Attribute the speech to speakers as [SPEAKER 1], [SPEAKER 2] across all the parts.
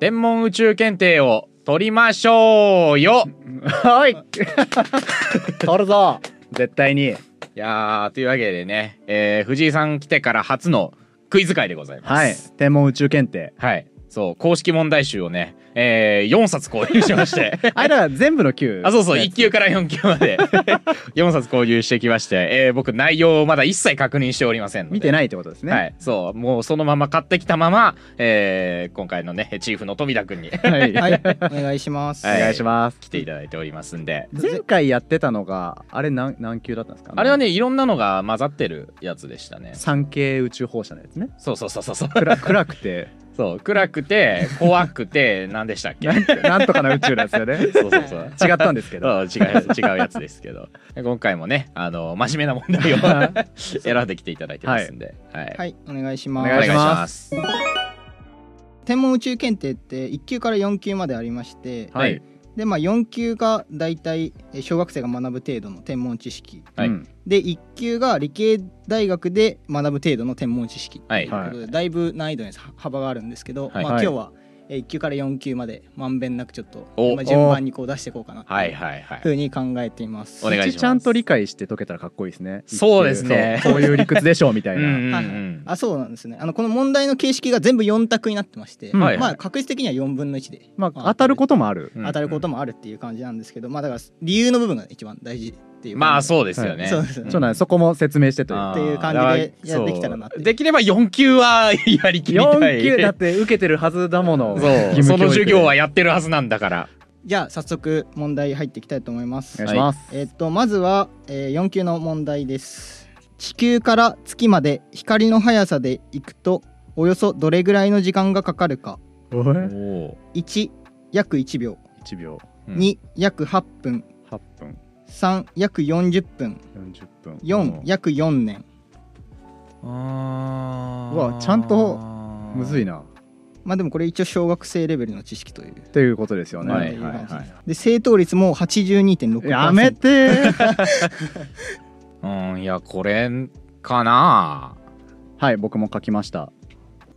[SPEAKER 1] 天文宇宙検定を取りましょうよ
[SPEAKER 2] はい取るぞ絶対に
[SPEAKER 1] いやーというわけでね、えー藤井さん来てから初のクイズ会でございます。
[SPEAKER 2] はい天文宇宙検定
[SPEAKER 1] はい。そう、公式問題集をね、え4冊購入しま して。
[SPEAKER 2] あれだから全部の9
[SPEAKER 1] あ、そうそう、1級から4級まで 4冊購入してきまして、えー僕内容をまだ一切確認しておりませんので。
[SPEAKER 2] 見て
[SPEAKER 1] い
[SPEAKER 2] ないってことですね
[SPEAKER 1] はい。そう、もうそのまま買ってきたまま、えー今回のね、チーフの富田くんに
[SPEAKER 2] はい、
[SPEAKER 3] はい、お願いします。
[SPEAKER 1] は
[SPEAKER 2] お願いします
[SPEAKER 1] 来ていただいておりますんで。
[SPEAKER 2] 前回やってたのがあれ何何級だったんですか
[SPEAKER 1] あれはね、いろんなのが混ざってるやつでしたね。
[SPEAKER 2] 産経宇宙放射のやつね
[SPEAKER 1] そうそうそうそうそう。
[SPEAKER 2] 暗 暗くて
[SPEAKER 1] そう、暗くて、怖くて、何でしたっけ
[SPEAKER 2] なんなんとかな宇宙のやつよね
[SPEAKER 1] そうそうそう。
[SPEAKER 2] 違ったんです けど
[SPEAKER 1] そう違う違うやつですけど今回もねあの真面目な問題 を選んできていただいてますんで、はい
[SPEAKER 3] はい、お願いしま
[SPEAKER 2] お願い
[SPEAKER 3] す
[SPEAKER 2] し。ます
[SPEAKER 3] 天文宇宙検定って1級から4級までありまして、
[SPEAKER 1] はい
[SPEAKER 3] でまあ4級がだいたいえ小学生が学ぶ程度の天文知識、
[SPEAKER 1] はい
[SPEAKER 2] うん
[SPEAKER 3] で1級が理系大学で学ぶ程度の天文知識
[SPEAKER 1] はい
[SPEAKER 3] ということで、だいぶ難易度には幅があるんですけど、
[SPEAKER 1] はい
[SPEAKER 3] まあ
[SPEAKER 2] はい
[SPEAKER 3] 今日はえ1級から4級までまんべんなくちょっと
[SPEAKER 1] お
[SPEAKER 3] まあ順番にこう出していこうかなと
[SPEAKER 1] はいいうはいは
[SPEAKER 3] ふ
[SPEAKER 1] いう
[SPEAKER 3] に考えています。
[SPEAKER 1] お願いします
[SPEAKER 2] ちゃんと理解して解けたらかっこいいですね
[SPEAKER 1] そうですね
[SPEAKER 2] そうこういう理屈でしょうみたい
[SPEAKER 1] うんう
[SPEAKER 2] な
[SPEAKER 1] んう
[SPEAKER 3] はい
[SPEAKER 1] ん
[SPEAKER 3] あそうなんですねあのこの問題の形式が全部4択になってまして、
[SPEAKER 2] うん
[SPEAKER 1] はい
[SPEAKER 3] まあ、確率的には4分の1で
[SPEAKER 2] まあ当たることもある
[SPEAKER 1] うん
[SPEAKER 3] 当たることもあるっていう感じなんですけど、まあだから理由の部分が一番大事っていう
[SPEAKER 1] まあ
[SPEAKER 3] う
[SPEAKER 1] そうですよね、
[SPEAKER 2] はい
[SPEAKER 3] そうですよね
[SPEAKER 2] そうなんですそこも説明してという
[SPEAKER 1] あー
[SPEAKER 3] っていう感じで
[SPEAKER 1] だから
[SPEAKER 3] や
[SPEAKER 1] そう
[SPEAKER 3] できたらなっていう
[SPEAKER 1] できれば4級はやりきりたい
[SPEAKER 2] 4級だって受けてるはずだもの
[SPEAKER 1] そうその授業は
[SPEAKER 2] や
[SPEAKER 1] やってるはずなんだから
[SPEAKER 3] じゃあ早速問題入っていきたいと思いま
[SPEAKER 2] お
[SPEAKER 3] す
[SPEAKER 2] 願いします、
[SPEAKER 3] えっとまずは、え4級の問題です地球から月まで光の速さで行くとおよそどれぐらいの時間がかかるか
[SPEAKER 2] おい
[SPEAKER 1] お
[SPEAKER 3] 1約1秒
[SPEAKER 2] 1秒
[SPEAKER 3] 2約8分
[SPEAKER 2] 8分
[SPEAKER 3] 3約40分
[SPEAKER 2] 40分
[SPEAKER 3] 4
[SPEAKER 2] や
[SPEAKER 3] 約4年
[SPEAKER 1] あ
[SPEAKER 2] ーうわちゃんとむずい
[SPEAKER 1] な
[SPEAKER 2] な
[SPEAKER 3] まあでもこれ一応小学生レベルの知識という
[SPEAKER 2] ということですよね、
[SPEAKER 1] はいはい
[SPEAKER 3] で正答率も82.6%
[SPEAKER 2] やめて ー
[SPEAKER 1] うんいやこれかな
[SPEAKER 2] はい僕も書きました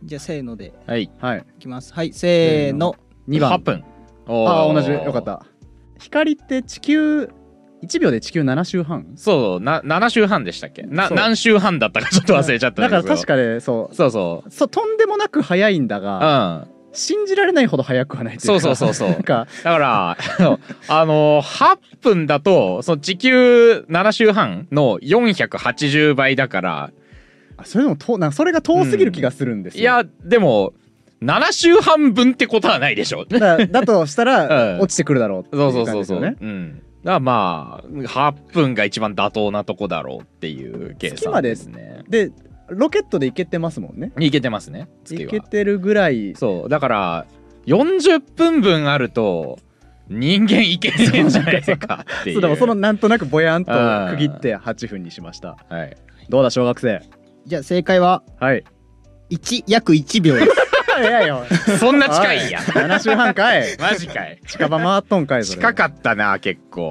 [SPEAKER 3] じゃあせーので
[SPEAKER 1] はい
[SPEAKER 2] はい
[SPEAKER 3] いきますはいせーの
[SPEAKER 2] 2番
[SPEAKER 1] 8分
[SPEAKER 2] あ
[SPEAKER 1] あ
[SPEAKER 2] あ同じよかった光って地球1秒で地球7周半
[SPEAKER 1] そうな7週半でしたっけな
[SPEAKER 2] そう
[SPEAKER 1] 何週半だったかちょっと忘れちゃった
[SPEAKER 2] だ
[SPEAKER 1] ん
[SPEAKER 2] から
[SPEAKER 1] けど
[SPEAKER 2] 確かねそ
[SPEAKER 1] そうそう
[SPEAKER 2] うそうとんでもなく早いんだ
[SPEAKER 1] うん
[SPEAKER 2] が
[SPEAKER 1] だ
[SPEAKER 2] 信じられないほど早くはないというか
[SPEAKER 1] そうそうそうそう
[SPEAKER 2] なんか
[SPEAKER 1] から あの8分だとその地球7週半の480倍だから
[SPEAKER 2] あそれでもとなんかそれが遠すぎる気がするんですよ、
[SPEAKER 1] いやでも7週半分ってことはないでしょ
[SPEAKER 2] だからだとした
[SPEAKER 1] う
[SPEAKER 2] ら
[SPEAKER 1] ん
[SPEAKER 2] 落ちてくるだろうってい
[SPEAKER 1] そうそううそ
[SPEAKER 2] 感
[SPEAKER 1] う
[SPEAKER 2] じです
[SPEAKER 1] そう、
[SPEAKER 2] よね
[SPEAKER 1] うんだからまあ8分が一番妥当なとこだろうっていう計
[SPEAKER 2] 月
[SPEAKER 1] 算
[SPEAKER 2] まで
[SPEAKER 1] ですね
[SPEAKER 2] でロケットで行けてますもんね
[SPEAKER 1] いけてますね月
[SPEAKER 2] 行
[SPEAKER 1] は
[SPEAKER 2] けてるぐらい
[SPEAKER 1] そうだから40分分あると人間いけねえんじゃないかっていう
[SPEAKER 2] そうでもそのなんとなくぼやんと
[SPEAKER 1] うん
[SPEAKER 2] 区切って8分にしました
[SPEAKER 1] はい、
[SPEAKER 2] どうだ小学生
[SPEAKER 3] じゃあ正解は
[SPEAKER 2] はい
[SPEAKER 3] 1約1秒です
[SPEAKER 2] 早いよ
[SPEAKER 1] そんな近いんや
[SPEAKER 2] 7周半 かい
[SPEAKER 1] マジかい
[SPEAKER 2] 近場回っとんかいそれ
[SPEAKER 1] 近かったな結構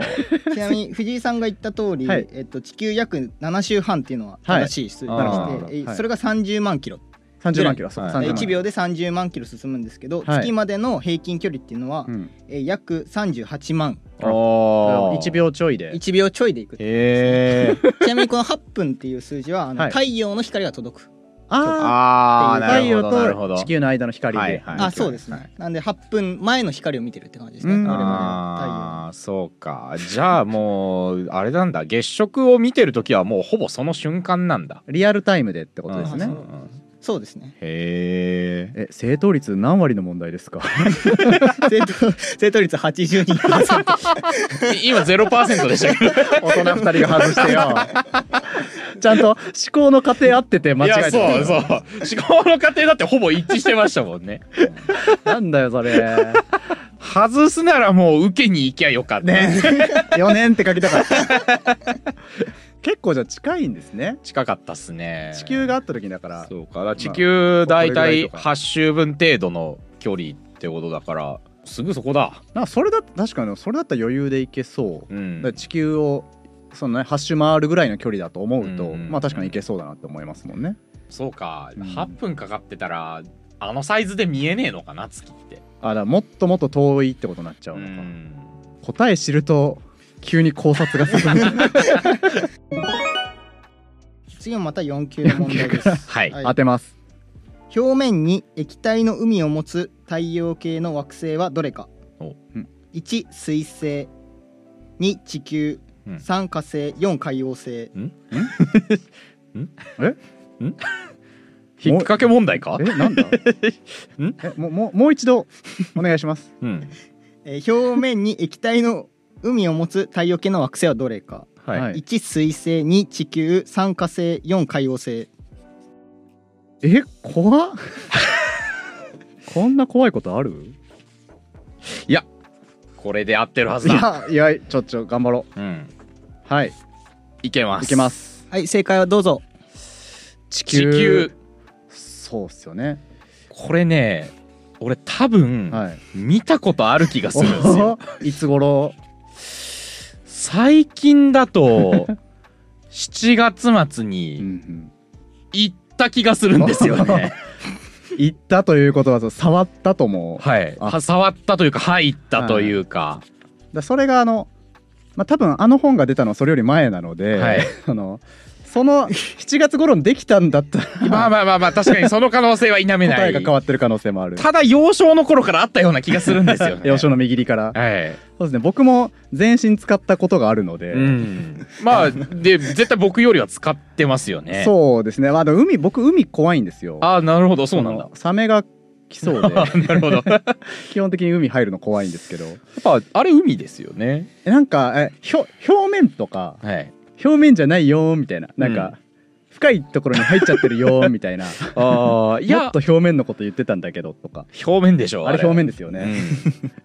[SPEAKER 3] ちなみに藤井さんが言った通り、
[SPEAKER 2] はい
[SPEAKER 3] えっと、地球約7周半っていうのは正しい数字でして、
[SPEAKER 1] はい
[SPEAKER 2] あー
[SPEAKER 3] えー
[SPEAKER 2] はい
[SPEAKER 3] それが30万キロ、
[SPEAKER 2] 30万キロそう
[SPEAKER 1] はい
[SPEAKER 2] 30万
[SPEAKER 3] 1秒で30万キロ進むんですけど、
[SPEAKER 2] はい
[SPEAKER 3] 月までの平均距離っていうのは、
[SPEAKER 2] うん
[SPEAKER 3] えー約38万
[SPEAKER 1] お
[SPEAKER 2] 1秒ちょいで
[SPEAKER 3] 1秒ちょいでいくち
[SPEAKER 1] へえ
[SPEAKER 3] なみにこの8分っていう数字はあの、
[SPEAKER 2] はい
[SPEAKER 3] 太陽の光が届く
[SPEAKER 2] あ
[SPEAKER 1] あ
[SPEAKER 2] あ
[SPEAKER 1] あな
[SPEAKER 2] 太
[SPEAKER 1] る
[SPEAKER 2] 陽
[SPEAKER 1] ほどなるほ
[SPEAKER 2] と
[SPEAKER 1] ど
[SPEAKER 2] 地球の間の光
[SPEAKER 1] はい
[SPEAKER 2] で
[SPEAKER 1] はい
[SPEAKER 3] あそうですね、なんで8分前の光を見てるって感じですね
[SPEAKER 2] う
[SPEAKER 3] 我
[SPEAKER 2] ん
[SPEAKER 3] 々の太陽
[SPEAKER 1] ああそうかじゃあもうあれなんだ月食を見てる時はもうほぼその瞬間なんだ
[SPEAKER 2] リアルタイムでってことです
[SPEAKER 1] うん
[SPEAKER 2] ね
[SPEAKER 1] うんうん
[SPEAKER 3] そうですね
[SPEAKER 1] へえ
[SPEAKER 2] え正答率何割の問題 ですか
[SPEAKER 3] 正答正答率82%
[SPEAKER 1] 今0%でした けど
[SPEAKER 2] 大人2人が外してよ ちゃんと思考の過程合ってて間違えてない
[SPEAKER 1] いやそうそう思考の過程だってほぼ一致してましたもんね
[SPEAKER 2] なんだよそれ
[SPEAKER 1] 外すならもう受けに行きゃよかった、
[SPEAKER 2] ね4年って書きたかった 結構じゃあ近いんですね
[SPEAKER 1] 近かったっすね
[SPEAKER 2] 地球があった時だから
[SPEAKER 1] そうかだから地球大
[SPEAKER 2] これぐらい
[SPEAKER 1] 体
[SPEAKER 2] とか
[SPEAKER 1] 8周分程度の距離ってことだからすぐそこだ
[SPEAKER 2] なんかそれだ確かにそれだったら余裕でいけそう、
[SPEAKER 1] うん
[SPEAKER 2] だから地球をそのね8周回るぐらいの距離だと思うと、
[SPEAKER 1] うん
[SPEAKER 2] まあ確かにいけそうだなって思いますもんね
[SPEAKER 1] そうか
[SPEAKER 2] うん
[SPEAKER 1] 8分かかってたらあのサイズで見えねえのかな月って
[SPEAKER 2] あだからもっともっと遠いってことになっちゃう
[SPEAKER 1] う
[SPEAKER 2] のか、
[SPEAKER 1] ん
[SPEAKER 2] 答え知ると急に考察が 進む
[SPEAKER 3] 次もまた4級の問題です
[SPEAKER 1] はい
[SPEAKER 3] はい
[SPEAKER 2] 当てます
[SPEAKER 3] 表面に液体の海を持つ太陽系の惑星はどれか
[SPEAKER 1] お
[SPEAKER 2] うん
[SPEAKER 3] 1水星2地球
[SPEAKER 1] うん
[SPEAKER 3] 3火星4海王星
[SPEAKER 1] 引っ掛け問題か
[SPEAKER 2] え なんだえもうもうもう一度お願いします
[SPEAKER 1] うん
[SPEAKER 3] えー表面に液体の海を持つ太陽系の惑星はどれか
[SPEAKER 1] はい、
[SPEAKER 2] はい
[SPEAKER 3] 1水星2地球3火星4海王星
[SPEAKER 2] え怖っ こんな怖いことある
[SPEAKER 1] これで合ってるはいずだ
[SPEAKER 2] やいやちょちょ頑張ろ
[SPEAKER 1] うん
[SPEAKER 2] うはい
[SPEAKER 1] いけます
[SPEAKER 2] いけます
[SPEAKER 3] はい正解はどうぞ
[SPEAKER 2] 地
[SPEAKER 1] 地球
[SPEAKER 2] そうっすよね
[SPEAKER 1] これね俺多分、
[SPEAKER 2] はい
[SPEAKER 1] 見たことある気がするんです よ
[SPEAKER 2] いつ頃
[SPEAKER 1] 最近だ と7月末
[SPEAKER 2] うんう
[SPEAKER 1] に
[SPEAKER 2] ん
[SPEAKER 1] 行った気がするんですよ ね
[SPEAKER 2] 行ったということはそう触ったとも
[SPEAKER 1] はい
[SPEAKER 2] あ
[SPEAKER 1] は触ったというか入ったというか、
[SPEAKER 2] だそれがあの、まあ、多分あの本が出たのはそれより前なので、
[SPEAKER 1] はい
[SPEAKER 2] あのその7月頃にできたんだったら
[SPEAKER 1] まあまあまあまあ確かにその可能性は否めな
[SPEAKER 2] 答
[SPEAKER 1] い
[SPEAKER 2] えが変わってる可能性もある
[SPEAKER 1] ただ幼少の頃からあったような気がするんですよね
[SPEAKER 2] 幼少の右利から
[SPEAKER 1] はい、
[SPEAKER 2] そうですね僕も全身使ったことがあるので、
[SPEAKER 1] うん、まあで絶対僕よりは使ってますよねう
[SPEAKER 2] そうですね、まあ、あの海僕海怖いんですよ
[SPEAKER 1] ああなるほどそうなんだ
[SPEAKER 2] あのサメが来そう で
[SPEAKER 1] なるほどやっ
[SPEAKER 2] 基本的に海入るの怖いんですけど
[SPEAKER 1] ぱあれ海ですよね
[SPEAKER 2] えなんかえひょ表面とか
[SPEAKER 1] はい
[SPEAKER 2] 表面じゃないよーみたいななんか、深いところに入っちゃってるよーみた いな
[SPEAKER 1] ああい
[SPEAKER 2] もっ
[SPEAKER 1] や
[SPEAKER 2] と表面のこと言ってたんだけどとか
[SPEAKER 1] 表面でしょ
[SPEAKER 2] あれ表面ですよね、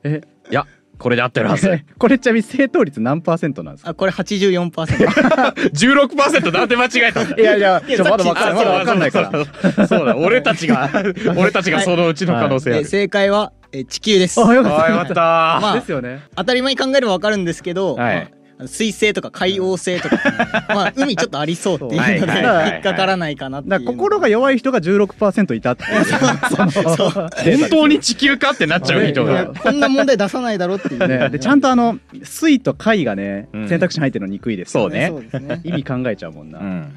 [SPEAKER 1] うん
[SPEAKER 2] え
[SPEAKER 1] いやこれで合ってるはず
[SPEAKER 2] これちなみに正答率何パーセントなんですか
[SPEAKER 3] あこれ84%
[SPEAKER 1] 16%なんで間違え たんだ
[SPEAKER 2] いやいや、ちょまだ
[SPEAKER 3] さ
[SPEAKER 2] わ
[SPEAKER 3] っき
[SPEAKER 2] かんない、まだわかんないから。
[SPEAKER 1] らそうだ俺たちが俺たちがそのうちの可能性あ
[SPEAKER 3] で
[SPEAKER 1] る、
[SPEAKER 3] 正解は、えー地球です
[SPEAKER 2] あ、よ
[SPEAKER 1] ああ
[SPEAKER 2] か
[SPEAKER 1] よ
[SPEAKER 2] っ。
[SPEAKER 1] かったた
[SPEAKER 3] まあ
[SPEAKER 2] ですよね。
[SPEAKER 3] 当たり前に考えれば分かるんですけど、
[SPEAKER 1] はい
[SPEAKER 3] まあ水星とか海王星とか、まあ、海ちょっとありそうっていうの
[SPEAKER 1] は
[SPEAKER 3] で
[SPEAKER 1] い
[SPEAKER 3] 引
[SPEAKER 1] はいはいはい
[SPEAKER 3] っかからないかなっていう
[SPEAKER 2] だ
[SPEAKER 3] の
[SPEAKER 2] から
[SPEAKER 3] が
[SPEAKER 2] 心が 弱い人が16%いたっていう。
[SPEAKER 1] 本当に地球かってなっちゃう人
[SPEAKER 2] いやい
[SPEAKER 1] が
[SPEAKER 2] や
[SPEAKER 3] こんな問題出さないだろっていう、
[SPEAKER 2] ね、でちゃんとあの水と貝がね、
[SPEAKER 1] うん
[SPEAKER 2] 選択肢に入ってるの憎いです
[SPEAKER 1] そ
[SPEAKER 2] よ
[SPEAKER 1] うね
[SPEAKER 3] そうですね
[SPEAKER 2] 意味考えちゃうもんな、
[SPEAKER 1] うん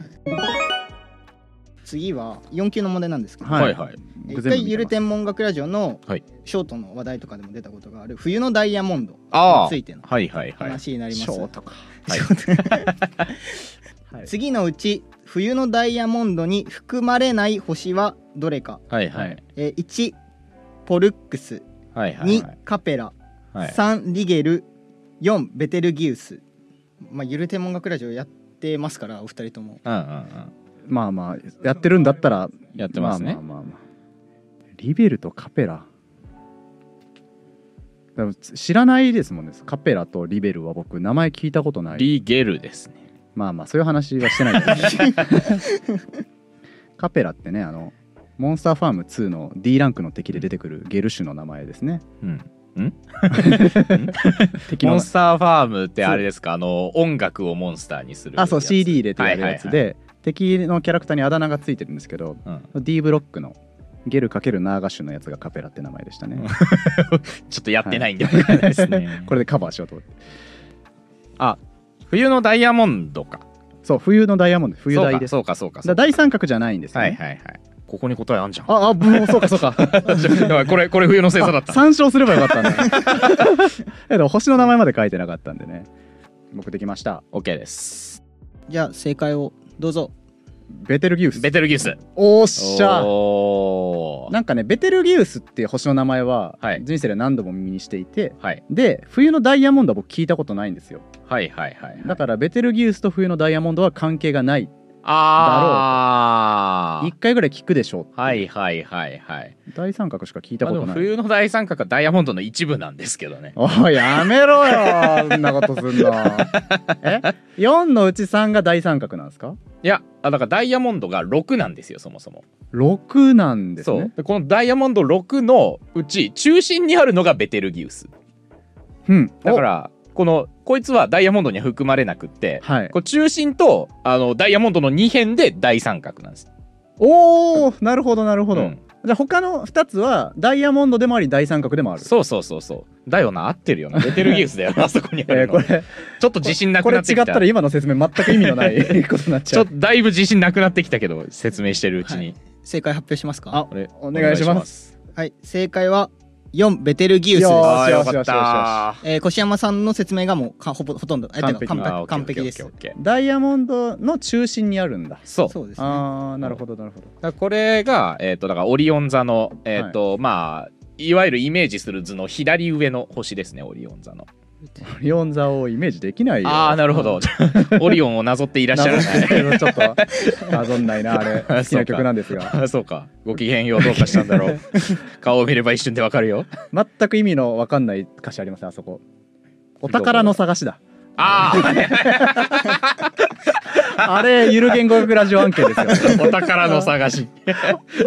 [SPEAKER 3] 次は4級の問題なんですけど、
[SPEAKER 2] はい
[SPEAKER 1] はいはい
[SPEAKER 2] 僕全部見
[SPEAKER 3] 一
[SPEAKER 2] てます
[SPEAKER 3] 回ゆる天文学ラジオの
[SPEAKER 1] はい
[SPEAKER 3] ショートの話題とかでも出たことがある冬のダイヤモンドに
[SPEAKER 1] ああ
[SPEAKER 3] ついての
[SPEAKER 1] はいはいはい
[SPEAKER 3] 話になります、
[SPEAKER 2] ショートか、
[SPEAKER 1] はい
[SPEAKER 2] はい
[SPEAKER 3] 次のうち冬のダイヤモンドに含まれない星はどれか、
[SPEAKER 1] はいはい
[SPEAKER 3] えー1ポルックス
[SPEAKER 1] はいはいはい
[SPEAKER 3] 2カペラ
[SPEAKER 1] はい
[SPEAKER 3] 3リゲル4ベテルギウスまあゆる天文学ラジオやってますからお二人とも
[SPEAKER 1] うんうんうん
[SPEAKER 2] まあまあやってるんだったら
[SPEAKER 1] やってますね
[SPEAKER 2] あまあまあまあリベルとカペラでも知らないですもんねカペラとリベルは僕名前聞いたことない
[SPEAKER 1] リゲルですね
[SPEAKER 2] まあまあそういう話はしてないけどね カペラってねあのモンスターファーム2の D ランクの敵で出てくるゲルシュの名前ですね
[SPEAKER 1] うん
[SPEAKER 2] 敵
[SPEAKER 1] モ
[SPEAKER 2] の
[SPEAKER 1] ンスターファームってあれですかあの音楽をモンスターにする
[SPEAKER 2] あそう
[SPEAKER 1] やつ
[SPEAKER 2] CD 入れてやるやつで、敵のキャラクターにあだ名がついてるんですけど
[SPEAKER 1] はいはいはいうん
[SPEAKER 2] D ブロックのゲル×ナーガシュのやつがカペラって名前でしたね
[SPEAKER 1] ちょっとやってないんでわかんないですね
[SPEAKER 2] これでカバーしようと思って
[SPEAKER 1] あ冬のダイヤモンドか
[SPEAKER 2] そう冬のダイヤモンド冬大です
[SPEAKER 1] そうかそうかそ
[SPEAKER 2] だ
[SPEAKER 1] うか
[SPEAKER 2] 大三角じゃないんですよ、ね
[SPEAKER 1] はいはいはいここに答えあんじゃん
[SPEAKER 2] ああもうそうかそ うか
[SPEAKER 1] やばいこれこれ冬の星座だっ
[SPEAKER 2] あ
[SPEAKER 1] た
[SPEAKER 2] 参照すればよか ったんだでも星の名前まで書いてなかったんでね僕できました
[SPEAKER 1] オッケーです
[SPEAKER 3] じゃあ正解をどうぞ
[SPEAKER 2] ベテルギウス
[SPEAKER 1] ベテルギウス
[SPEAKER 2] おっしゃ
[SPEAKER 1] おー
[SPEAKER 2] なんかねベテルギウスっていう星の名前は
[SPEAKER 1] はい
[SPEAKER 2] 人生で何度も耳にしていて、
[SPEAKER 1] はい
[SPEAKER 2] で冬のダイヤモンドは僕聞いたことないんですよ
[SPEAKER 1] はいはいはい
[SPEAKER 2] だからベテルギウスと冬のダイヤモンドは関係がない
[SPEAKER 1] あー
[SPEAKER 2] 1回ぐらい聞くでしょうっていう
[SPEAKER 1] はいはいはいはい
[SPEAKER 2] 大三角しか聞いた
[SPEAKER 1] まあ
[SPEAKER 2] こ
[SPEAKER 1] で
[SPEAKER 2] と
[SPEAKER 1] も
[SPEAKER 2] ない、
[SPEAKER 1] 冬の大三角はダイヤモンドの一部なんですけどね
[SPEAKER 2] おいやめろよそんなことすんのえ4のうち3が大三角なんですか
[SPEAKER 1] いやあだからダイヤモンドが6なんですよそもそも
[SPEAKER 2] 6なんです
[SPEAKER 1] そう
[SPEAKER 2] ね
[SPEAKER 1] でこのダイヤモンド6のうち中心にあるのがベテルギウス
[SPEAKER 2] うん
[SPEAKER 1] だからこのこいつはダイヤモンドには含まれなくって
[SPEAKER 2] おはい
[SPEAKER 1] こう中心とあのダイヤモンドの2辺で大三角なんです。
[SPEAKER 2] おおなるほどなるほど、
[SPEAKER 1] うん
[SPEAKER 2] じゃあ他の2つはダイヤモンドでもあり大三角でもある
[SPEAKER 1] そうそうそうそうだよな合ってるよなベテルギウスだよなあそこにあ
[SPEAKER 2] え
[SPEAKER 1] る
[SPEAKER 2] ーこ
[SPEAKER 1] の、
[SPEAKER 2] れ
[SPEAKER 1] ちょっと自信な
[SPEAKER 2] こ
[SPEAKER 1] く
[SPEAKER 2] れ
[SPEAKER 1] なっ
[SPEAKER 2] 違って
[SPEAKER 1] き
[SPEAKER 2] た
[SPEAKER 1] た
[SPEAKER 2] ら今の説明全く意味のないことになっち
[SPEAKER 1] ち
[SPEAKER 2] ゃ
[SPEAKER 1] ょ
[SPEAKER 2] う
[SPEAKER 1] っとだいぶ自信なくなってきたけど説明してるうちに、
[SPEAKER 3] 正解発表しますか
[SPEAKER 2] あ
[SPEAKER 1] 俺
[SPEAKER 2] お願いします
[SPEAKER 3] はい正解は4ベテルギウスです
[SPEAKER 2] よー
[SPEAKER 1] ああーよ
[SPEAKER 2] よし
[SPEAKER 1] か
[SPEAKER 2] よ
[SPEAKER 1] っ
[SPEAKER 2] しよしよした
[SPEAKER 3] えー、越山さんの説明がもうかほぼほとんどえてか
[SPEAKER 2] 完璧
[SPEAKER 3] 完
[SPEAKER 1] あー
[SPEAKER 3] 璧完璧です
[SPEAKER 1] オッケーオッケーオッケ
[SPEAKER 2] ダイヤモンドの中心にあるんだ
[SPEAKER 1] ーそう
[SPEAKER 3] そうですね
[SPEAKER 2] ああなるほどなるほど
[SPEAKER 1] だからこれが、えっとだからオリオン座の、えっとまあいわゆるイメージする図の左上の星ですねオリオン座の
[SPEAKER 2] オリオン座をイメージできないよ
[SPEAKER 1] ああなるほど オリオンをなぞっていらっしゃらない
[SPEAKER 2] いちょっとなぞんない なあれ好きな曲なんですが
[SPEAKER 1] あそうかご機嫌ようどうかしたんだ ろう顔を見れば一瞬でわかるよ
[SPEAKER 2] 全く意味のわかんない歌詞ありますねあ そこお宝の探しだ
[SPEAKER 1] あ
[SPEAKER 2] あれゆる言語学ラジオ案件ですよ
[SPEAKER 1] あお宝の探し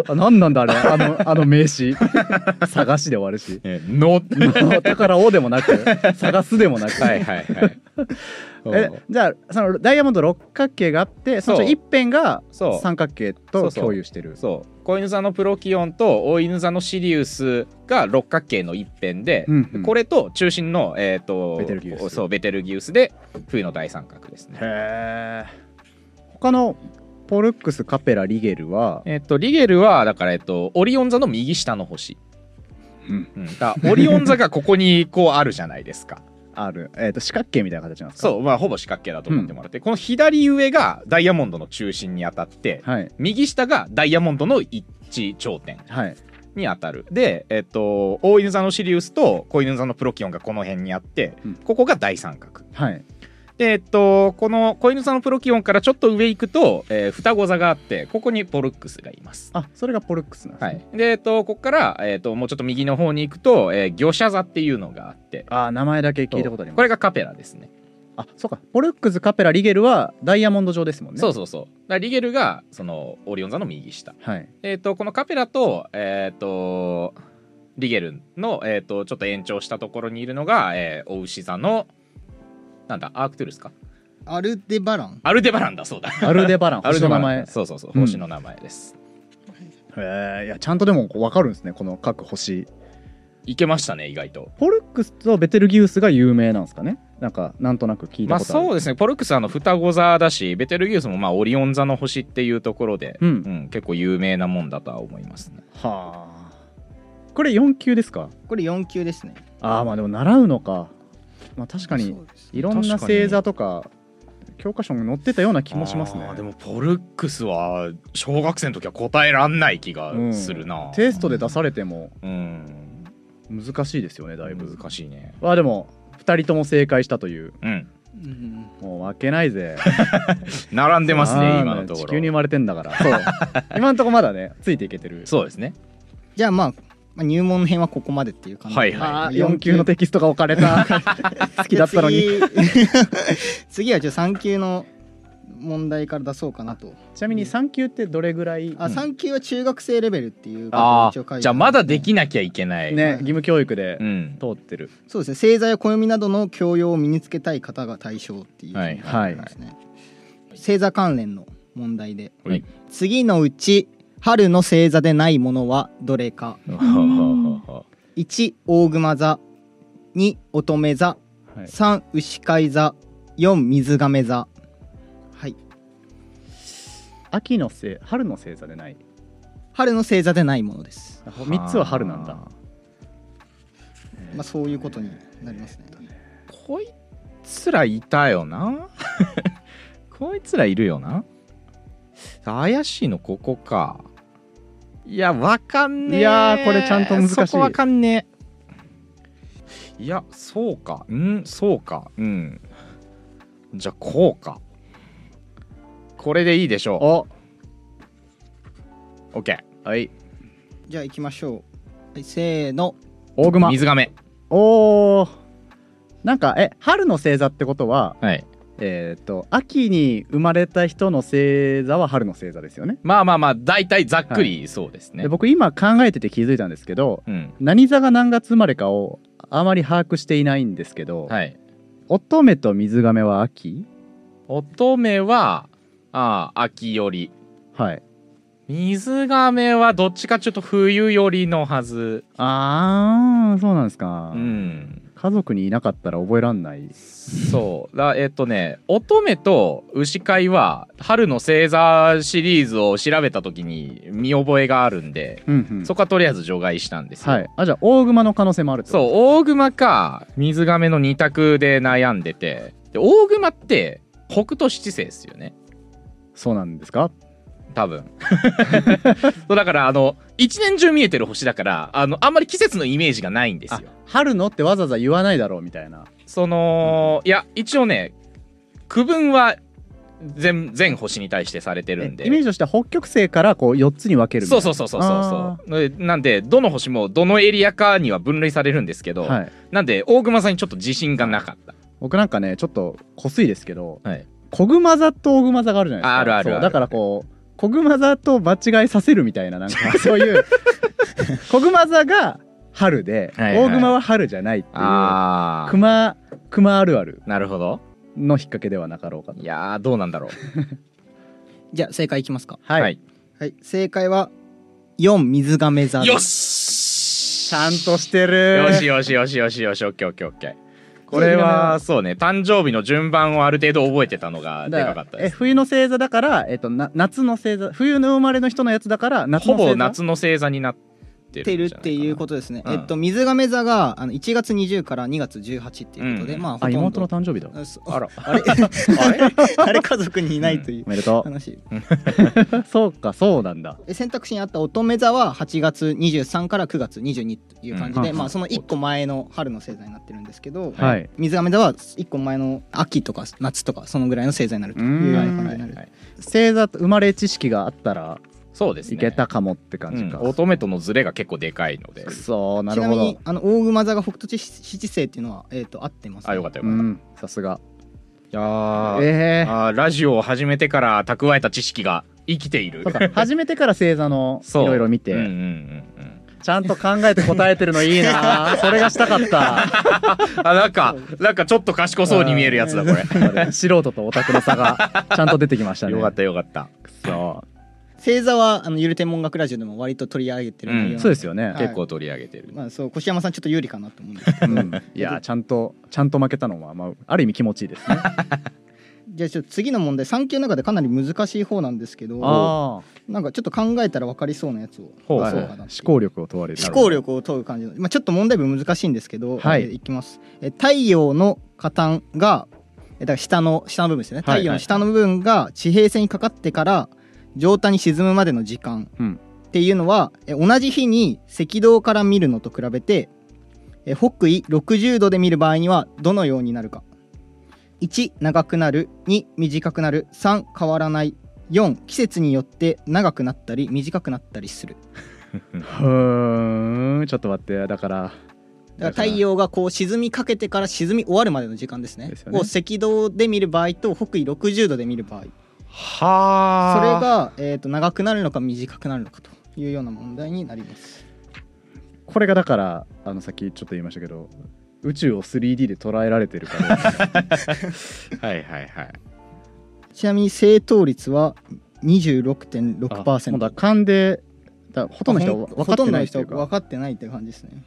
[SPEAKER 2] あ何なんだあれあのあの名詞探しで終わるし
[SPEAKER 1] えの
[SPEAKER 2] お宝をでもなく探すでもなく、
[SPEAKER 1] はいはいはい
[SPEAKER 2] えじゃあそのダイヤモンド六角形があってその
[SPEAKER 1] そう
[SPEAKER 2] 一辺が
[SPEAKER 1] そう
[SPEAKER 2] 三角形
[SPEAKER 1] そ
[SPEAKER 2] と
[SPEAKER 1] うそう
[SPEAKER 2] 共有してる
[SPEAKER 1] そう子犬座のプロキオンと大犬座のシリウスが六角形の一辺で、
[SPEAKER 2] うんうん
[SPEAKER 1] これと中心の、えー、と
[SPEAKER 2] ベテルギウス
[SPEAKER 1] そうベテルギウスで冬の大三角ですね。
[SPEAKER 2] へえ他のポルックスカペラリゲルは、
[SPEAKER 1] えっとリゲルはだから、えっとオリオン座の右下の星、
[SPEAKER 2] うん
[SPEAKER 1] うん、だからオリオン座がここにこうあるじゃないです か
[SPEAKER 2] ある、えー、と四角形みたいな形なんですか
[SPEAKER 1] そうまあほぼ四角形だと思ってもらって、この左上がダイヤモンドの中心に当たって
[SPEAKER 2] はい
[SPEAKER 1] 右下がダイヤモンドの一致頂点
[SPEAKER 2] はい
[SPEAKER 1] に当たるで、えっと、大犬座のシリウスと小犬座のプロキオンがこの辺にあって、
[SPEAKER 2] うん
[SPEAKER 1] ここが大三角
[SPEAKER 2] はい
[SPEAKER 1] で、えっと、この小犬座のプロキオンからちょっと上行くと、えー双子座があってここにポルックスがいます。
[SPEAKER 2] あそれがポルックスなんです
[SPEAKER 1] は
[SPEAKER 2] ね、
[SPEAKER 1] い、で、えっと、ここから、えっと、もうちょっと右の方に行くと、えー魚車座っていうのがあって
[SPEAKER 2] あー名前だけ聞いたことあります
[SPEAKER 1] これがカペラですね
[SPEAKER 2] あそうかポルックスカペラリゲルはダイヤモンド状ですもんね
[SPEAKER 1] そうそうそうだからリゲルがそのオリオン座の右下
[SPEAKER 2] はい
[SPEAKER 1] えっ、と、このカペラと、えっ、と、リゲルの、えっ、と、ちょっと延長したところにいるのが、えー、お牛座の、なんだ、アークトゥルスか
[SPEAKER 3] アルデバラン
[SPEAKER 1] アルデバランだ、そうだ。
[SPEAKER 2] アルデバラン
[SPEAKER 1] アル
[SPEAKER 2] 星
[SPEAKER 1] デ
[SPEAKER 2] の
[SPEAKER 1] バ
[SPEAKER 2] 名
[SPEAKER 1] ラ
[SPEAKER 2] 前
[SPEAKER 1] ン。そうそうそう、
[SPEAKER 2] うん
[SPEAKER 1] 星の名前です。
[SPEAKER 2] へえいやちゃんとでもこう分かるんですねこの各星
[SPEAKER 1] いけましたね、意外と。
[SPEAKER 2] ポルックスとベテルギウスが有名なんですかねなんかなんとなく聞い
[SPEAKER 1] ま
[SPEAKER 2] た
[SPEAKER 1] あ
[SPEAKER 2] ことある、
[SPEAKER 1] そうですね、ポルクスはあの双子座だし、ベテルギウスもまあオリオン座の星っていうところで、
[SPEAKER 2] うん
[SPEAKER 1] うん、結構有名なもんだとは思いますね。
[SPEAKER 2] はあこれ4級ですか
[SPEAKER 3] これ4級ですね
[SPEAKER 2] ああまあでも習うのかまあ確かに
[SPEAKER 3] そうです
[SPEAKER 2] いろんな
[SPEAKER 1] 確かに
[SPEAKER 2] 星座とか教科書に載ってたような気もしますね
[SPEAKER 1] あーでもポルクスは小学生の時は答えらんない気がするな。
[SPEAKER 2] テストで出されても
[SPEAKER 1] うん、
[SPEAKER 2] 難しいですよねだいぶ
[SPEAKER 1] 難しいね。
[SPEAKER 2] まあでも2人とも正解したという
[SPEAKER 1] うん。
[SPEAKER 3] うん
[SPEAKER 2] もう負けないぜ
[SPEAKER 1] 並んでます
[SPEAKER 2] あ
[SPEAKER 1] ね、
[SPEAKER 2] ー
[SPEAKER 1] 今のとこ
[SPEAKER 2] 地球に生
[SPEAKER 1] ろ。
[SPEAKER 2] まれてんだからそう 今のところまだねついていけてる
[SPEAKER 1] そうですね。
[SPEAKER 3] じゃあまあまあ入門編はここまでっていう感じで
[SPEAKER 1] はいはい
[SPEAKER 2] あー4級のテキストが置かれた好きだったのに
[SPEAKER 3] で次 次はちょっと3級の問題から出そうかなと
[SPEAKER 2] ちなみに3級ってどれぐらい
[SPEAKER 3] あ3級は中学生レベルっていうことを
[SPEAKER 1] あ
[SPEAKER 3] 一応書いて
[SPEAKER 1] あ、
[SPEAKER 3] る
[SPEAKER 1] じゃあまだできなきゃいけない。
[SPEAKER 2] ね義務教育で
[SPEAKER 1] うん。
[SPEAKER 2] 通ってる
[SPEAKER 3] そうですね星座や暦などの教養を身につけたい方が対象っていう
[SPEAKER 1] はい
[SPEAKER 2] はい
[SPEAKER 3] ことですね星座関連の問題で、
[SPEAKER 1] はい
[SPEAKER 3] 次のうち春の星座でないものはどれか1大熊座2乙女座
[SPEAKER 2] はい
[SPEAKER 3] 3牛飼い座4水亀座はい
[SPEAKER 2] 秋のせい春の星座でない
[SPEAKER 3] 春の星座でないものです、
[SPEAKER 2] 3つは春なんだ。
[SPEAKER 3] まあ、そういうことになりますね
[SPEAKER 1] こいつらいたよな。 こいつらいるよな。怪しいのここか。いや、わかんねえ。
[SPEAKER 2] いやーこれちゃんと難しい
[SPEAKER 1] そこわかんねえ。いや、そうか。うん、そうか。うん。じゃあ、こうか。これでいいでしょ
[SPEAKER 2] お
[SPEAKER 1] う。オッケー。
[SPEAKER 2] はい
[SPEAKER 3] じゃあ行きましょう、はい、せーの
[SPEAKER 2] 大熊
[SPEAKER 1] 水亀。
[SPEAKER 2] おーなんかえ春の星座ってことは
[SPEAKER 1] はい。
[SPEAKER 2] えっ、と秋に生まれた人の星座は春の星座ですよね
[SPEAKER 1] まあまあまあ、大体ざっくりそうですね。
[SPEAKER 2] で僕今考えてて気づいたんですけど
[SPEAKER 1] うん。
[SPEAKER 2] 何座が何月生まれかをあまり把握していないんですけど、
[SPEAKER 1] はい。
[SPEAKER 2] 乙女と水亀は秋
[SPEAKER 1] 乙女は、ああ、秋より。
[SPEAKER 2] はい
[SPEAKER 1] 水亀はどっちかちょっと冬寄りのはず
[SPEAKER 2] ああそうなんですか、
[SPEAKER 1] うん
[SPEAKER 2] 家族にいなかったら覚えらんない
[SPEAKER 1] そうだえっとね乙女と牛飼いは春の星座シリーズを調べた時に見覚えがあるんで
[SPEAKER 2] うんうん
[SPEAKER 1] そこはとりあえず除外したんですよ、
[SPEAKER 2] はいあじゃあ大熊の可能性もあるってこと
[SPEAKER 1] そう大熊か水亀の二択で悩んでてで大熊って北斗七星ですよね
[SPEAKER 2] そうなんですか
[SPEAKER 1] 多 分そうだからあの一年中見えてる星だからあのあんまり季節のイメージがないんですよ
[SPEAKER 2] 春のってわざわざ言わないだろうみたいな
[SPEAKER 1] そのいや一応ね区分は全全星に対してされてるん
[SPEAKER 2] えイ
[SPEAKER 1] で
[SPEAKER 2] メージとしては北極星からこう4つに分けるみた
[SPEAKER 1] そ
[SPEAKER 2] いうな
[SPEAKER 1] そうそうそうそうそうでなんでどの星もどのエリアかには分類されるんですけど、
[SPEAKER 2] はい、
[SPEAKER 1] なんで大熊さんにちょっと自信がなかった、
[SPEAKER 2] 僕なんかねちょっとこすいですけど、
[SPEAKER 1] はい
[SPEAKER 2] 小熊座と大熊座があるじゃないですか
[SPEAKER 1] あるあるある
[SPEAKER 2] そうだからこう小熊座と間違いさせるみたいななん かそういう小熊座が春で、
[SPEAKER 1] はいはい
[SPEAKER 2] 大熊は春じゃないっていう
[SPEAKER 1] ああ
[SPEAKER 2] 熊熊あるある
[SPEAKER 1] なるほど
[SPEAKER 2] の引っ掛けではなかろうかと
[SPEAKER 1] いやーどうなんだろう
[SPEAKER 3] じゃあ正解いきますか
[SPEAKER 2] はい、
[SPEAKER 1] はい
[SPEAKER 3] はい正解は4水亀座です
[SPEAKER 1] よし
[SPEAKER 2] ちゃんとしてる
[SPEAKER 1] よしよしよしよしよしオッケーオッケーオッケーこれはそうね誕生日の順番をある程度覚えてたのがでか
[SPEAKER 2] だか
[SPEAKER 1] からった
[SPEAKER 2] え
[SPEAKER 1] です
[SPEAKER 2] 冬の星座だから、えっと、な夏の星座冬の生まれの人のやつだから夏
[SPEAKER 1] ほ
[SPEAKER 2] の星座
[SPEAKER 1] ぼ夏の星座になって
[SPEAKER 3] って
[SPEAKER 1] る
[SPEAKER 3] る
[SPEAKER 1] ん
[SPEAKER 3] っ
[SPEAKER 1] じゃなかな
[SPEAKER 3] ていうことですね、
[SPEAKER 1] うん
[SPEAKER 3] えっと水亀座があの1月20から2月18っていうことで、
[SPEAKER 1] うん
[SPEAKER 3] まあほと
[SPEAKER 2] あ
[SPEAKER 3] んど
[SPEAKER 2] 妹の誕生日だ
[SPEAKER 3] あそう
[SPEAKER 1] あら
[SPEAKER 3] あ れ
[SPEAKER 1] あれ
[SPEAKER 3] あれ家族にいないという
[SPEAKER 2] おめで とう
[SPEAKER 3] 話、
[SPEAKER 2] そうかそうなんだ
[SPEAKER 3] え選択肢にあった乙女座は8月23から9月22という感じで、
[SPEAKER 2] うん
[SPEAKER 3] まあ、その1個前の春の星座になってるんですけど、
[SPEAKER 2] はい、
[SPEAKER 3] 水亀座は1個前の秋とか夏とかそのぐらいの星座になるというような感じになる、
[SPEAKER 1] はい
[SPEAKER 2] 星座と生まれ知識があったら
[SPEAKER 1] そうですね
[SPEAKER 2] いけたかもって感じか、
[SPEAKER 1] うん、乙女とのズレが結構でかいので
[SPEAKER 2] くそーな
[SPEAKER 3] ち
[SPEAKER 2] る
[SPEAKER 3] な
[SPEAKER 2] ほ
[SPEAKER 3] みに
[SPEAKER 2] ど
[SPEAKER 3] あの大熊座が北斗七星っていうのは、えー、と合ってます、
[SPEAKER 1] あよかったよ
[SPEAKER 2] う
[SPEAKER 1] かった、い
[SPEAKER 2] んさすが
[SPEAKER 1] やー
[SPEAKER 2] ええ
[SPEAKER 1] あーラジオを始めてから蓄えた知識が生きている
[SPEAKER 2] そうか初めてから星座のい
[SPEAKER 1] そう
[SPEAKER 2] ろいろ見て、
[SPEAKER 1] うんうんうんうん
[SPEAKER 2] ちゃんと考えて答えてるのいいな ーそれがしたかった
[SPEAKER 1] あなんかなんかちょっと賢そうに見えるやつだ これ
[SPEAKER 2] 素人とオタクの差がちゃんと出てきましたね
[SPEAKER 1] よかったよかった
[SPEAKER 2] くそ
[SPEAKER 3] 星座はあのゆる天文学ラジオでも割と取り上げてる内容な
[SPEAKER 1] うん
[SPEAKER 2] ーそうですよね、
[SPEAKER 3] はい
[SPEAKER 1] 結構取り上げてる、
[SPEAKER 3] まあ、そう越山さんちょっと有利かなと思うんですけど
[SPEAKER 2] うん、いやーちゃんとちゃんと負けたのは、まあ、ある意味気持ちい いですね
[SPEAKER 3] じゃあちょっと次の問題3級の中でかなり難しい方なんですけど
[SPEAKER 2] あ
[SPEAKER 3] なんかちょっと考えたら分かりそうなやつを
[SPEAKER 1] ほう
[SPEAKER 3] 出
[SPEAKER 2] あ
[SPEAKER 3] そ
[SPEAKER 1] ほ
[SPEAKER 3] う
[SPEAKER 1] う
[SPEAKER 3] か
[SPEAKER 2] 思
[SPEAKER 3] なっていう
[SPEAKER 2] 考力を問われる
[SPEAKER 3] 思考力を問う感じの、まあ、ちょっと問題文難しいんですけど、
[SPEAKER 2] はい
[SPEAKER 3] えーいきますえー太陽の下端がえーだから下の下の部分ですよね
[SPEAKER 2] はい
[SPEAKER 3] 太陽の下の部分が地平線にかかってから上端に沈むまでの時間
[SPEAKER 2] うん
[SPEAKER 3] っていうのは、えー同じ日に赤道から見るのと比べて、えー北緯60度で見る場合にはどのようになるか1長くなる2短くなる3変わらない4季節によって長くなったり短くなったりする
[SPEAKER 2] ふーんちょっと待ってだから
[SPEAKER 3] だから太陽がこう沈みかけてから沈み終わるまでの時間ですね
[SPEAKER 2] ですよね
[SPEAKER 3] を赤道で見る場合と北緯60度で見る場合それ
[SPEAKER 1] はあ
[SPEAKER 3] が、えー、と長くなるのか短くなるのかというような問題になります
[SPEAKER 2] これがだからあのさっきちょっと言いましたけど宇宙を 3D で捉えられてるから
[SPEAKER 1] はいはいはい
[SPEAKER 3] ちなみに正答率は
[SPEAKER 2] あもうだ
[SPEAKER 3] 26.6%
[SPEAKER 2] 勘でだほとんどの人は分
[SPEAKER 3] ほ
[SPEAKER 2] かって
[SPEAKER 3] とんど
[SPEAKER 2] ない
[SPEAKER 3] の
[SPEAKER 2] って
[SPEAKER 3] 人
[SPEAKER 2] い
[SPEAKER 3] は
[SPEAKER 2] うか
[SPEAKER 3] 分かってないっていう感じですね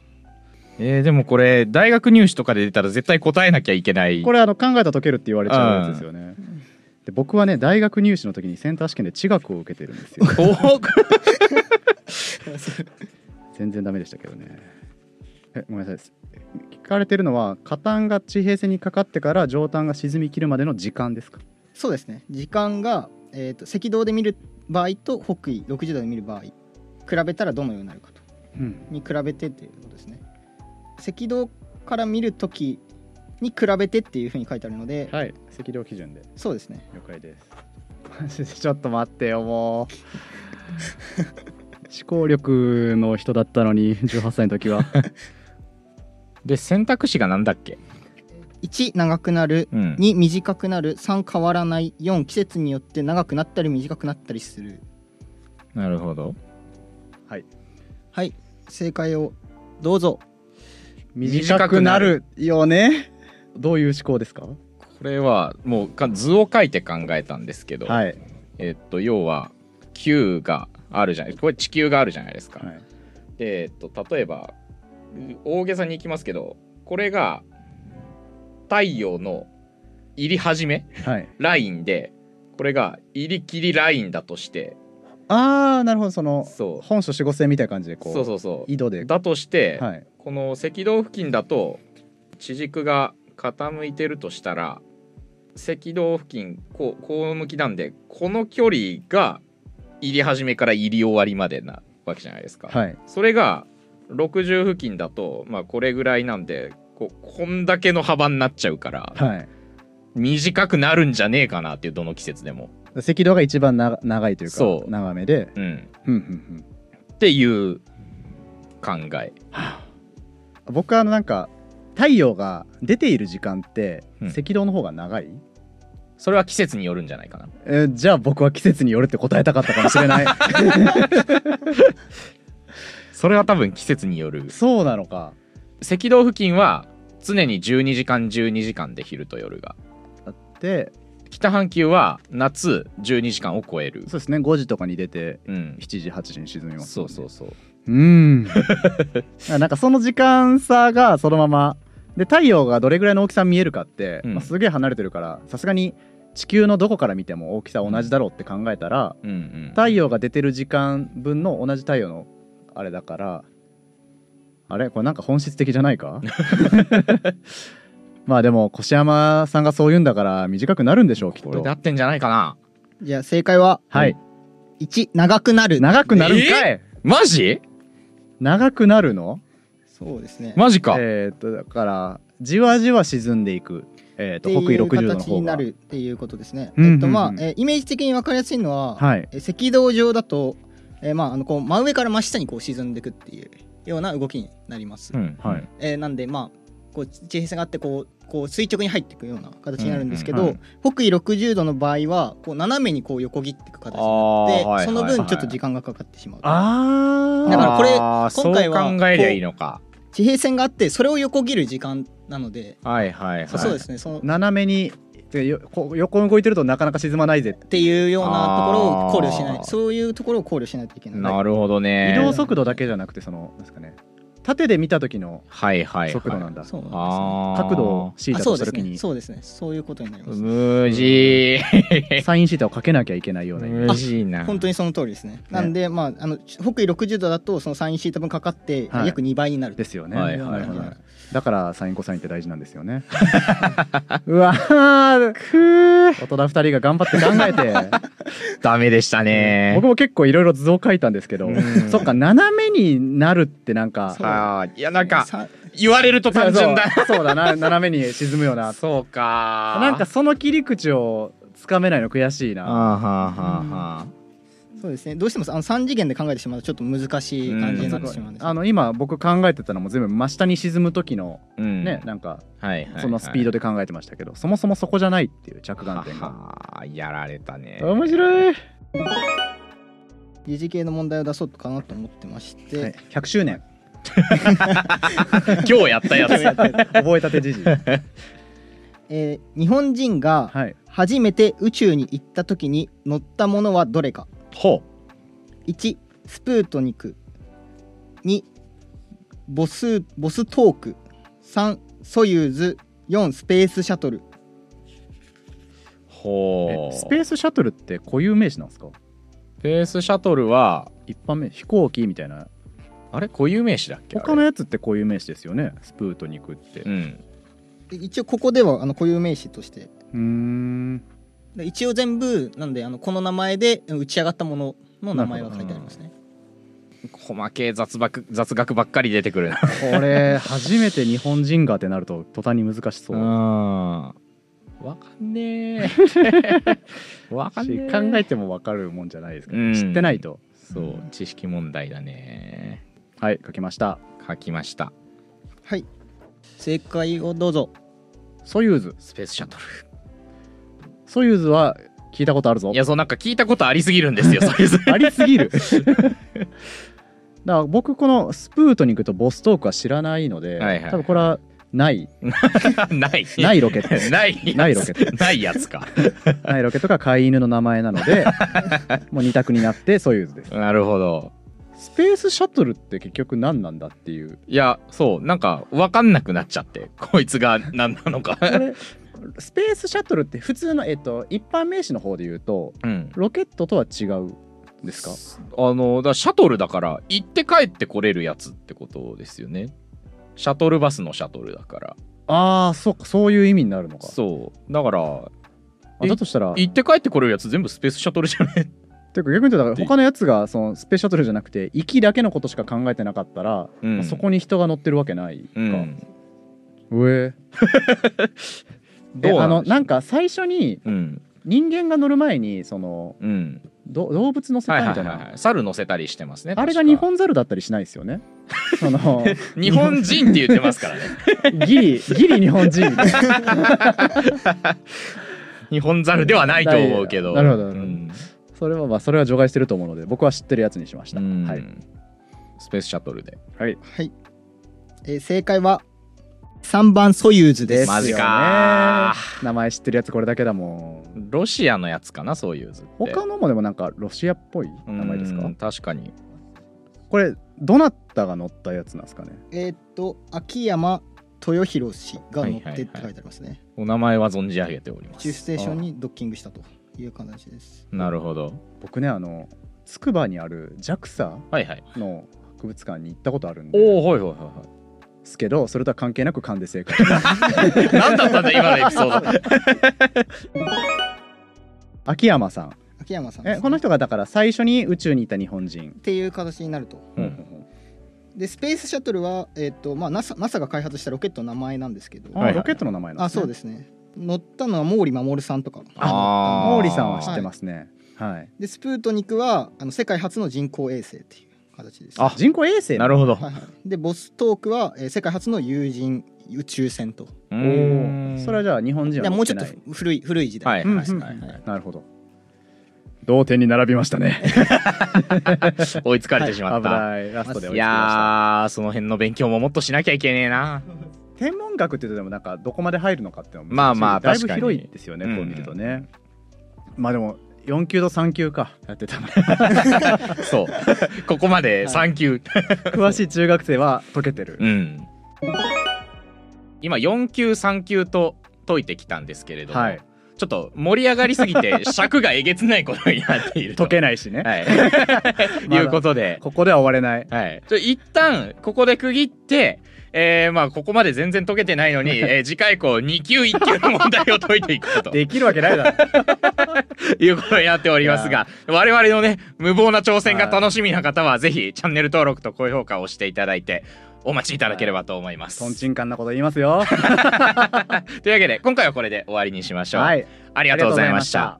[SPEAKER 1] えー、でもこれ大学入試とかで出たら絶対答えなきゃいけない
[SPEAKER 2] これあの考えたら解けるって言われちゃうやつですよねで僕はね大学入試の時にセンター試験で地学を受けてるんですよ全然ダメでしたけどねえごめんなさいです聞かれてるのは下端が地平線にかかってから上端が沈み切るまでの時間ですか
[SPEAKER 3] そうですね時間が、えー、と赤道で見る場合と北緯60度で見る場合比べたらどのようになるかと
[SPEAKER 2] うん
[SPEAKER 3] に比べてっていうことですね赤道から見るときに比べてっていうふうに書いてあるので、
[SPEAKER 2] はい赤量基準で
[SPEAKER 3] そうですね
[SPEAKER 2] 了解ですマジでちょっと待ってよもう思考力の人だったのに18歳の時は
[SPEAKER 1] で選択肢がなんだっけ、
[SPEAKER 3] 1長くなる
[SPEAKER 1] うん、
[SPEAKER 3] 2短くなる3変わらない4季節によって長くなったり短くなったりする
[SPEAKER 1] なるほど
[SPEAKER 2] はい
[SPEAKER 3] はい正解をどうぞ
[SPEAKER 1] 短くなる
[SPEAKER 2] よねどういう思考ですか
[SPEAKER 1] これはもうか図を書いて考えたんですけど、
[SPEAKER 2] はい
[SPEAKER 1] えっと要は9があるじゃないこれ地球があるじゃないですか、
[SPEAKER 2] はい、
[SPEAKER 1] で、えっと、例えばう大げさにいきますけどこれが太陽の入り始め
[SPEAKER 2] はい、
[SPEAKER 1] ラインでこれが入り切りラインだとして
[SPEAKER 2] ああなるほどその
[SPEAKER 1] そう
[SPEAKER 2] 本初四五線みたいな感じでこう
[SPEAKER 1] そうそうそ
[SPEAKER 2] 井戸
[SPEAKER 1] う
[SPEAKER 2] で
[SPEAKER 1] だとして、
[SPEAKER 2] はい
[SPEAKER 1] この赤道付近だと地軸が傾いてるとしたら赤道付近こうこう向きなんでこの距離が入り始めから入り終わりまでなわけじゃないですか。
[SPEAKER 2] はい
[SPEAKER 1] それが60付近だと、まあ、これぐらいなんでここんだけの幅になっちゃうから
[SPEAKER 2] はい
[SPEAKER 1] 短くなるんじゃねえかなっていうどの季節でも。
[SPEAKER 2] 赤道が一番な長いというか
[SPEAKER 1] そう
[SPEAKER 2] 長めで
[SPEAKER 1] うん、
[SPEAKER 2] うんうんうん
[SPEAKER 1] っていう考え。
[SPEAKER 2] 僕はあのなんか太陽が出ている時間って
[SPEAKER 1] うん
[SPEAKER 2] 赤道の方が長い、
[SPEAKER 1] それは季節によるんじゃないかな。
[SPEAKER 2] えーじゃあ僕は季節によるって答えたかったかもし れない
[SPEAKER 1] それは多分季節による。
[SPEAKER 2] そうなのか
[SPEAKER 1] 赤道付近は常に12時間12時間で昼と夜が
[SPEAKER 2] で
[SPEAKER 1] 北半球は夏12時間を超える
[SPEAKER 2] そうですね5時とかに出て
[SPEAKER 1] うん
[SPEAKER 2] 7時8時に沈みます
[SPEAKER 1] そ
[SPEAKER 2] も
[SPEAKER 1] う
[SPEAKER 2] んね、
[SPEAKER 1] そうそう
[SPEAKER 2] うーん なんかその時間差がそのままで太陽がどれぐらいの大きさ見えるかって、
[SPEAKER 1] うん
[SPEAKER 2] まあすげえ離れてるからさすがに地球のどこから見ても大きさ同じだろうって考えたら
[SPEAKER 1] うんうん
[SPEAKER 2] 太陽が出てる時間分の同じ太陽のあれだからあれこれなんか本質的じゃな いかまあでも越山さんがそう言うんだから短くなるんでしょうきっ
[SPEAKER 1] これ
[SPEAKER 2] と
[SPEAKER 1] で合ってんじゃないかな
[SPEAKER 3] じゃあ正解は、
[SPEAKER 2] はい
[SPEAKER 3] 1、長くなる。
[SPEAKER 2] 長くなるんかい、
[SPEAKER 1] マジ
[SPEAKER 2] 長くなるの
[SPEAKER 3] そうですね。
[SPEAKER 1] マジか、
[SPEAKER 2] えーっとだからじわじわ沈んでいく、えーっと北緯
[SPEAKER 3] ってい
[SPEAKER 2] 60
[SPEAKER 3] う
[SPEAKER 2] 度の
[SPEAKER 3] 形に
[SPEAKER 2] 方
[SPEAKER 3] な
[SPEAKER 2] が
[SPEAKER 3] るっていうことですね。
[SPEAKER 2] うんうんうん
[SPEAKER 3] えっとまあ、えーイメージ的に分かりやすいのは、
[SPEAKER 2] はい
[SPEAKER 3] えー赤道上だと、えーまあ、あのこう真上から真下にこう沈んでいくっていうような動きになります。
[SPEAKER 1] うん
[SPEAKER 2] はい
[SPEAKER 3] えーなんでまあこう地平線があってこうこう垂直に入っていくような形になるんですけど、
[SPEAKER 2] うんうん
[SPEAKER 3] 北緯60度の場合はこう斜めにこう横切っていく形
[SPEAKER 1] あ
[SPEAKER 3] になって、
[SPEAKER 1] ーはい
[SPEAKER 3] その
[SPEAKER 1] はいは
[SPEAKER 3] 分
[SPEAKER 1] い
[SPEAKER 3] ちょっと時間がかかってしまう。
[SPEAKER 2] あ
[SPEAKER 3] だからこれ
[SPEAKER 1] あー
[SPEAKER 3] 今回は
[SPEAKER 1] そう考えりゃいいのか
[SPEAKER 3] 地平線があってそれを横切る時間なので、
[SPEAKER 1] はいはいはい
[SPEAKER 3] そうですねそのっ
[SPEAKER 2] 斜めにてよこ横動いてるとなかなか沈まないぜ
[SPEAKER 3] ていうようなところを考慮しな
[SPEAKER 1] あ
[SPEAKER 3] い
[SPEAKER 1] ー
[SPEAKER 3] そういうところを考慮しないといけない。
[SPEAKER 1] なるほどね
[SPEAKER 2] 移動速度だけじゃなくてそのなんですかね縦で見た時の
[SPEAKER 1] はいはい、はい、
[SPEAKER 2] 速度なんだ、
[SPEAKER 3] そうなんですね
[SPEAKER 1] あー
[SPEAKER 2] 角度をシー
[SPEAKER 3] あ
[SPEAKER 2] タ
[SPEAKER 3] そ
[SPEAKER 2] と
[SPEAKER 3] う
[SPEAKER 2] し
[SPEAKER 3] で
[SPEAKER 2] た
[SPEAKER 3] す
[SPEAKER 2] 時
[SPEAKER 3] ね
[SPEAKER 2] に
[SPEAKER 3] そうですねそういうことになります、
[SPEAKER 1] 無事
[SPEAKER 2] サインシータをかけなきゃいけないようなイメー
[SPEAKER 1] 無
[SPEAKER 2] ジ
[SPEAKER 1] 事な
[SPEAKER 3] 本当
[SPEAKER 1] に
[SPEAKER 3] にその通りですねなんでまああの北緯60度だとそのサインシータ分かかって
[SPEAKER 2] はい
[SPEAKER 3] 約2倍になる、
[SPEAKER 2] ですよね、
[SPEAKER 1] はいはい
[SPEAKER 3] はい
[SPEAKER 2] なるほどだからサインコサインって大事なんですよねうわー 大人2人が頑張って考えて
[SPEAKER 1] ダメでしたね
[SPEAKER 2] 僕も結構いろいろ図を書いたんですけど、
[SPEAKER 1] うん
[SPEAKER 2] そっか斜めになるってなんか
[SPEAKER 3] そう
[SPEAKER 1] あーいやなんか
[SPEAKER 3] さ
[SPEAKER 1] 言われると単純だ
[SPEAKER 2] そうそうだな斜めに沈むよな
[SPEAKER 1] そうか
[SPEAKER 2] なんかその切り口をつかめないの悔しい
[SPEAKER 1] あ
[SPEAKER 2] な
[SPEAKER 1] はあはあはあ
[SPEAKER 3] そうですねどうしてもあの3次元で考えてしまうとちょっと難しい感じになってしまうんです
[SPEAKER 2] あの今僕考えてたのも全部真下に沈む時の
[SPEAKER 1] うん
[SPEAKER 2] ね、なんか
[SPEAKER 1] はいはいはい
[SPEAKER 2] そのスピードで考えてましたけど、そもそもそこじゃないっていう着眼点
[SPEAKER 1] は
[SPEAKER 2] が
[SPEAKER 1] はやられたね
[SPEAKER 2] 面白い
[SPEAKER 3] 二次系の問題を出そうかなと思ってまして、
[SPEAKER 2] はい100周年
[SPEAKER 1] 今日やったやつ
[SPEAKER 2] 覚えたて じじいは
[SPEAKER 3] えー日本人が
[SPEAKER 2] い
[SPEAKER 3] 初めて宇宙に行った時に乗ったものはどれか
[SPEAKER 1] ほ
[SPEAKER 3] 1スプートニク2ボスボストーク3ソユーズ4スペースシャトル
[SPEAKER 1] うほ
[SPEAKER 2] え
[SPEAKER 1] う
[SPEAKER 2] スペースシャトルって固有名詞なんですか
[SPEAKER 1] スペースシャトルは
[SPEAKER 2] 一般名飛行機みたいな
[SPEAKER 1] あれ固有名詞だっけ
[SPEAKER 2] 他の
[SPEAKER 1] あ
[SPEAKER 2] やつって固有名詞ですよねスプートニクって
[SPEAKER 1] れうん
[SPEAKER 3] 一応ここではあの固有名詞として
[SPEAKER 2] うーん
[SPEAKER 3] で一応全部なんであのこの名前で打ち上がったものの名前が書いてありますね
[SPEAKER 1] 細けえ雑学雑学ばっかり出てくるな
[SPEAKER 2] これ初めて日本人がってなると途端に難しそうう。
[SPEAKER 1] んわかんねえわかん
[SPEAKER 2] し
[SPEAKER 1] ねえ
[SPEAKER 2] 考えても分かるもんじゃないですか、
[SPEAKER 1] うん
[SPEAKER 2] ね、知ってないと。
[SPEAKER 1] そう知識問題だね
[SPEAKER 2] はい書きました。
[SPEAKER 1] 書きました
[SPEAKER 3] はい正解をどうぞ
[SPEAKER 2] ソユーズ
[SPEAKER 1] スペースシャトル
[SPEAKER 2] ソユーズは聞いたことあるぞ
[SPEAKER 1] い。やそうなんか聞いたことありすぎるんですよそれ ぞれ
[SPEAKER 2] ありす ぎる。だから僕このスプートニクとボストークは知らないので、
[SPEAKER 1] はいはい
[SPEAKER 2] 多分これは ない、
[SPEAKER 1] ない
[SPEAKER 2] ないロケット。
[SPEAKER 1] ないやつ
[SPEAKER 2] ないロケ ッ
[SPEAKER 1] ないやつか
[SPEAKER 2] ないロケットが飼い犬の名前な ので、もう二択になってソユーズです。
[SPEAKER 1] なるほど
[SPEAKER 2] スペースシャトルって結局何なんだっていう。
[SPEAKER 1] いやそうなんか分かんなくなっちゃって こいつが何なのか
[SPEAKER 2] これ、スペースシャトルって普通の、えっと、一般名詞の方で 言うと、
[SPEAKER 1] うん
[SPEAKER 2] ロケットとは違うんですか
[SPEAKER 1] あのだからシャトルだから行って帰ってこれるやつってことですよねシャトルバスのシャトルだから
[SPEAKER 2] ああ、そうか、そういう意味になるのか。
[SPEAKER 1] そうだから
[SPEAKER 2] あだとしたら、てい
[SPEAKER 1] 行って帰ってこれるやつ全部スペースシャトルじゃね
[SPEAKER 2] うか逆に言うと、だから他のやつがそのスペースシャトルじゃなくて、行きだけのことしか考えてなかったら、
[SPEAKER 1] うん
[SPEAKER 2] まあそこに人が乗ってるわけないか。
[SPEAKER 1] うん
[SPEAKER 2] うえ
[SPEAKER 1] どう
[SPEAKER 2] あの
[SPEAKER 1] なんでしょう
[SPEAKER 2] なんか最初に
[SPEAKER 1] うん
[SPEAKER 2] 人間が乗る前にその
[SPEAKER 1] うん
[SPEAKER 2] ど動物乗せ
[SPEAKER 1] はい
[SPEAKER 2] た
[SPEAKER 1] は
[SPEAKER 2] み
[SPEAKER 1] い
[SPEAKER 2] たい
[SPEAKER 1] は
[SPEAKER 2] な、
[SPEAKER 1] いはい猿乗せたりしてますね
[SPEAKER 2] あれが
[SPEAKER 1] 確か
[SPEAKER 2] 日本猿だったりしないですよ ねその
[SPEAKER 1] 日本人って言ってます からね
[SPEAKER 2] ギリギリ日本人みたいな
[SPEAKER 1] 日本猿ではないと思うけど
[SPEAKER 2] なるほどなるほど
[SPEAKER 1] うん
[SPEAKER 2] それはまあそれは除外してると思うので僕は知ってるやつにしました、
[SPEAKER 1] うん
[SPEAKER 2] はい、
[SPEAKER 1] スペースシャトルで
[SPEAKER 2] はい、
[SPEAKER 3] はい、えー正解は3番ソユーズです
[SPEAKER 1] マジ
[SPEAKER 2] ですよ
[SPEAKER 1] か
[SPEAKER 2] ね名前知ってるやつこれだけだもん
[SPEAKER 1] ロシアのやつかなそういう図って
[SPEAKER 2] 他のもでもなんかロシアっぽい名前ですか
[SPEAKER 1] うん確かに
[SPEAKER 2] これどなたが乗ったやつなんですかね
[SPEAKER 3] えーっと秋山豊弘氏が乗ってって書いてありますね、
[SPEAKER 1] お名前は存じ上げておりま
[SPEAKER 3] 宇宙ス
[SPEAKER 1] す
[SPEAKER 3] テーションにドッキングしたという形です
[SPEAKER 1] なるほど
[SPEAKER 2] 僕ねあの筑波にある JAXA
[SPEAKER 1] はいはい
[SPEAKER 2] の博物館に行ったことあるんで
[SPEAKER 1] おおはいはいは
[SPEAKER 2] すけどそれとは関係なく勘で正解
[SPEAKER 1] いはい何だったんだ今のエピソード
[SPEAKER 2] 秋山さん
[SPEAKER 3] 秋山さんですね、
[SPEAKER 2] えこの人がだから最初に宇宙にいた日本人
[SPEAKER 3] っていう形になると
[SPEAKER 1] うん
[SPEAKER 3] でスペースシャトルは、えーっとまあ、NASA, NASA が開発したロケットの名前なんですけど、
[SPEAKER 2] あ、
[SPEAKER 1] はいはい
[SPEAKER 2] ロケットの名前なん
[SPEAKER 3] あ
[SPEAKER 2] です、ね、
[SPEAKER 3] そうですね乗ったのは毛利守さんとか
[SPEAKER 1] あー
[SPEAKER 2] 毛利さんは知ってますねはい、
[SPEAKER 3] でスプートニクはあの世界初の人工衛星っていう形です
[SPEAKER 1] あ
[SPEAKER 2] 人工衛星
[SPEAKER 1] なるほど
[SPEAKER 3] はいはい、でボストークは、えー世界初の有人宇宙船と
[SPEAKER 1] う
[SPEAKER 2] お
[SPEAKER 1] ーん
[SPEAKER 2] ーそれはじゃあ日本人
[SPEAKER 3] い
[SPEAKER 2] は
[SPEAKER 3] やも
[SPEAKER 2] 持
[SPEAKER 3] う
[SPEAKER 2] っ
[SPEAKER 3] ち
[SPEAKER 2] て
[SPEAKER 3] ょ
[SPEAKER 2] な
[SPEAKER 3] っと
[SPEAKER 2] い
[SPEAKER 3] 古い古い時
[SPEAKER 1] は
[SPEAKER 3] 代
[SPEAKER 1] い
[SPEAKER 2] うん
[SPEAKER 1] はい
[SPEAKER 2] うん
[SPEAKER 1] はいはい
[SPEAKER 2] なるほど同点に並びましたね
[SPEAKER 1] 追いつかれてし
[SPEAKER 2] 危
[SPEAKER 1] ま った、
[SPEAKER 2] ないラストで追い
[SPEAKER 1] い
[SPEAKER 2] つきました
[SPEAKER 1] やーその辺の勉強ももっとしなきゃいけねえな
[SPEAKER 2] 天文学って言うとでもなんかどこまで入るのかっていうのも
[SPEAKER 1] まあまあ
[SPEAKER 2] だい
[SPEAKER 1] 確
[SPEAKER 2] ぶ
[SPEAKER 1] かに
[SPEAKER 2] 広いですよね
[SPEAKER 1] うん
[SPEAKER 2] こう見るとね、まあでも4級と3級かやってたの
[SPEAKER 1] そうここまで3級、
[SPEAKER 2] 詳しい中学生は解けてる、
[SPEAKER 1] うん今4級3級と解いてきたんですけれども、
[SPEAKER 2] はい
[SPEAKER 1] ちょっと盛り上がりすぎ て尺がえげつないことになっていると
[SPEAKER 2] 解けないしね、
[SPEAKER 1] はい、
[SPEAKER 2] まだ
[SPEAKER 1] いうことで、
[SPEAKER 2] ここでは終われない
[SPEAKER 1] はい、ちょ一旦ここで区切ってえーまあここまで全然解けてないの に、えー次回以降2級1級の問題を解いていくと
[SPEAKER 2] できるわけないだろ
[SPEAKER 1] いうことになっておりますが、我々のね、無謀な挑戦が楽しみな方は、ぜひチャンネル登録と高評価を押していただいて、お待ちいただければと思います。
[SPEAKER 2] とんちんかんなこと言い ますよ
[SPEAKER 1] というわけで、今回はこれで終わりにしましょう。
[SPEAKER 2] はい
[SPEAKER 1] ありがとうございまし
[SPEAKER 2] ありがとうございまし
[SPEAKER 1] た。
[SPEAKER 2] た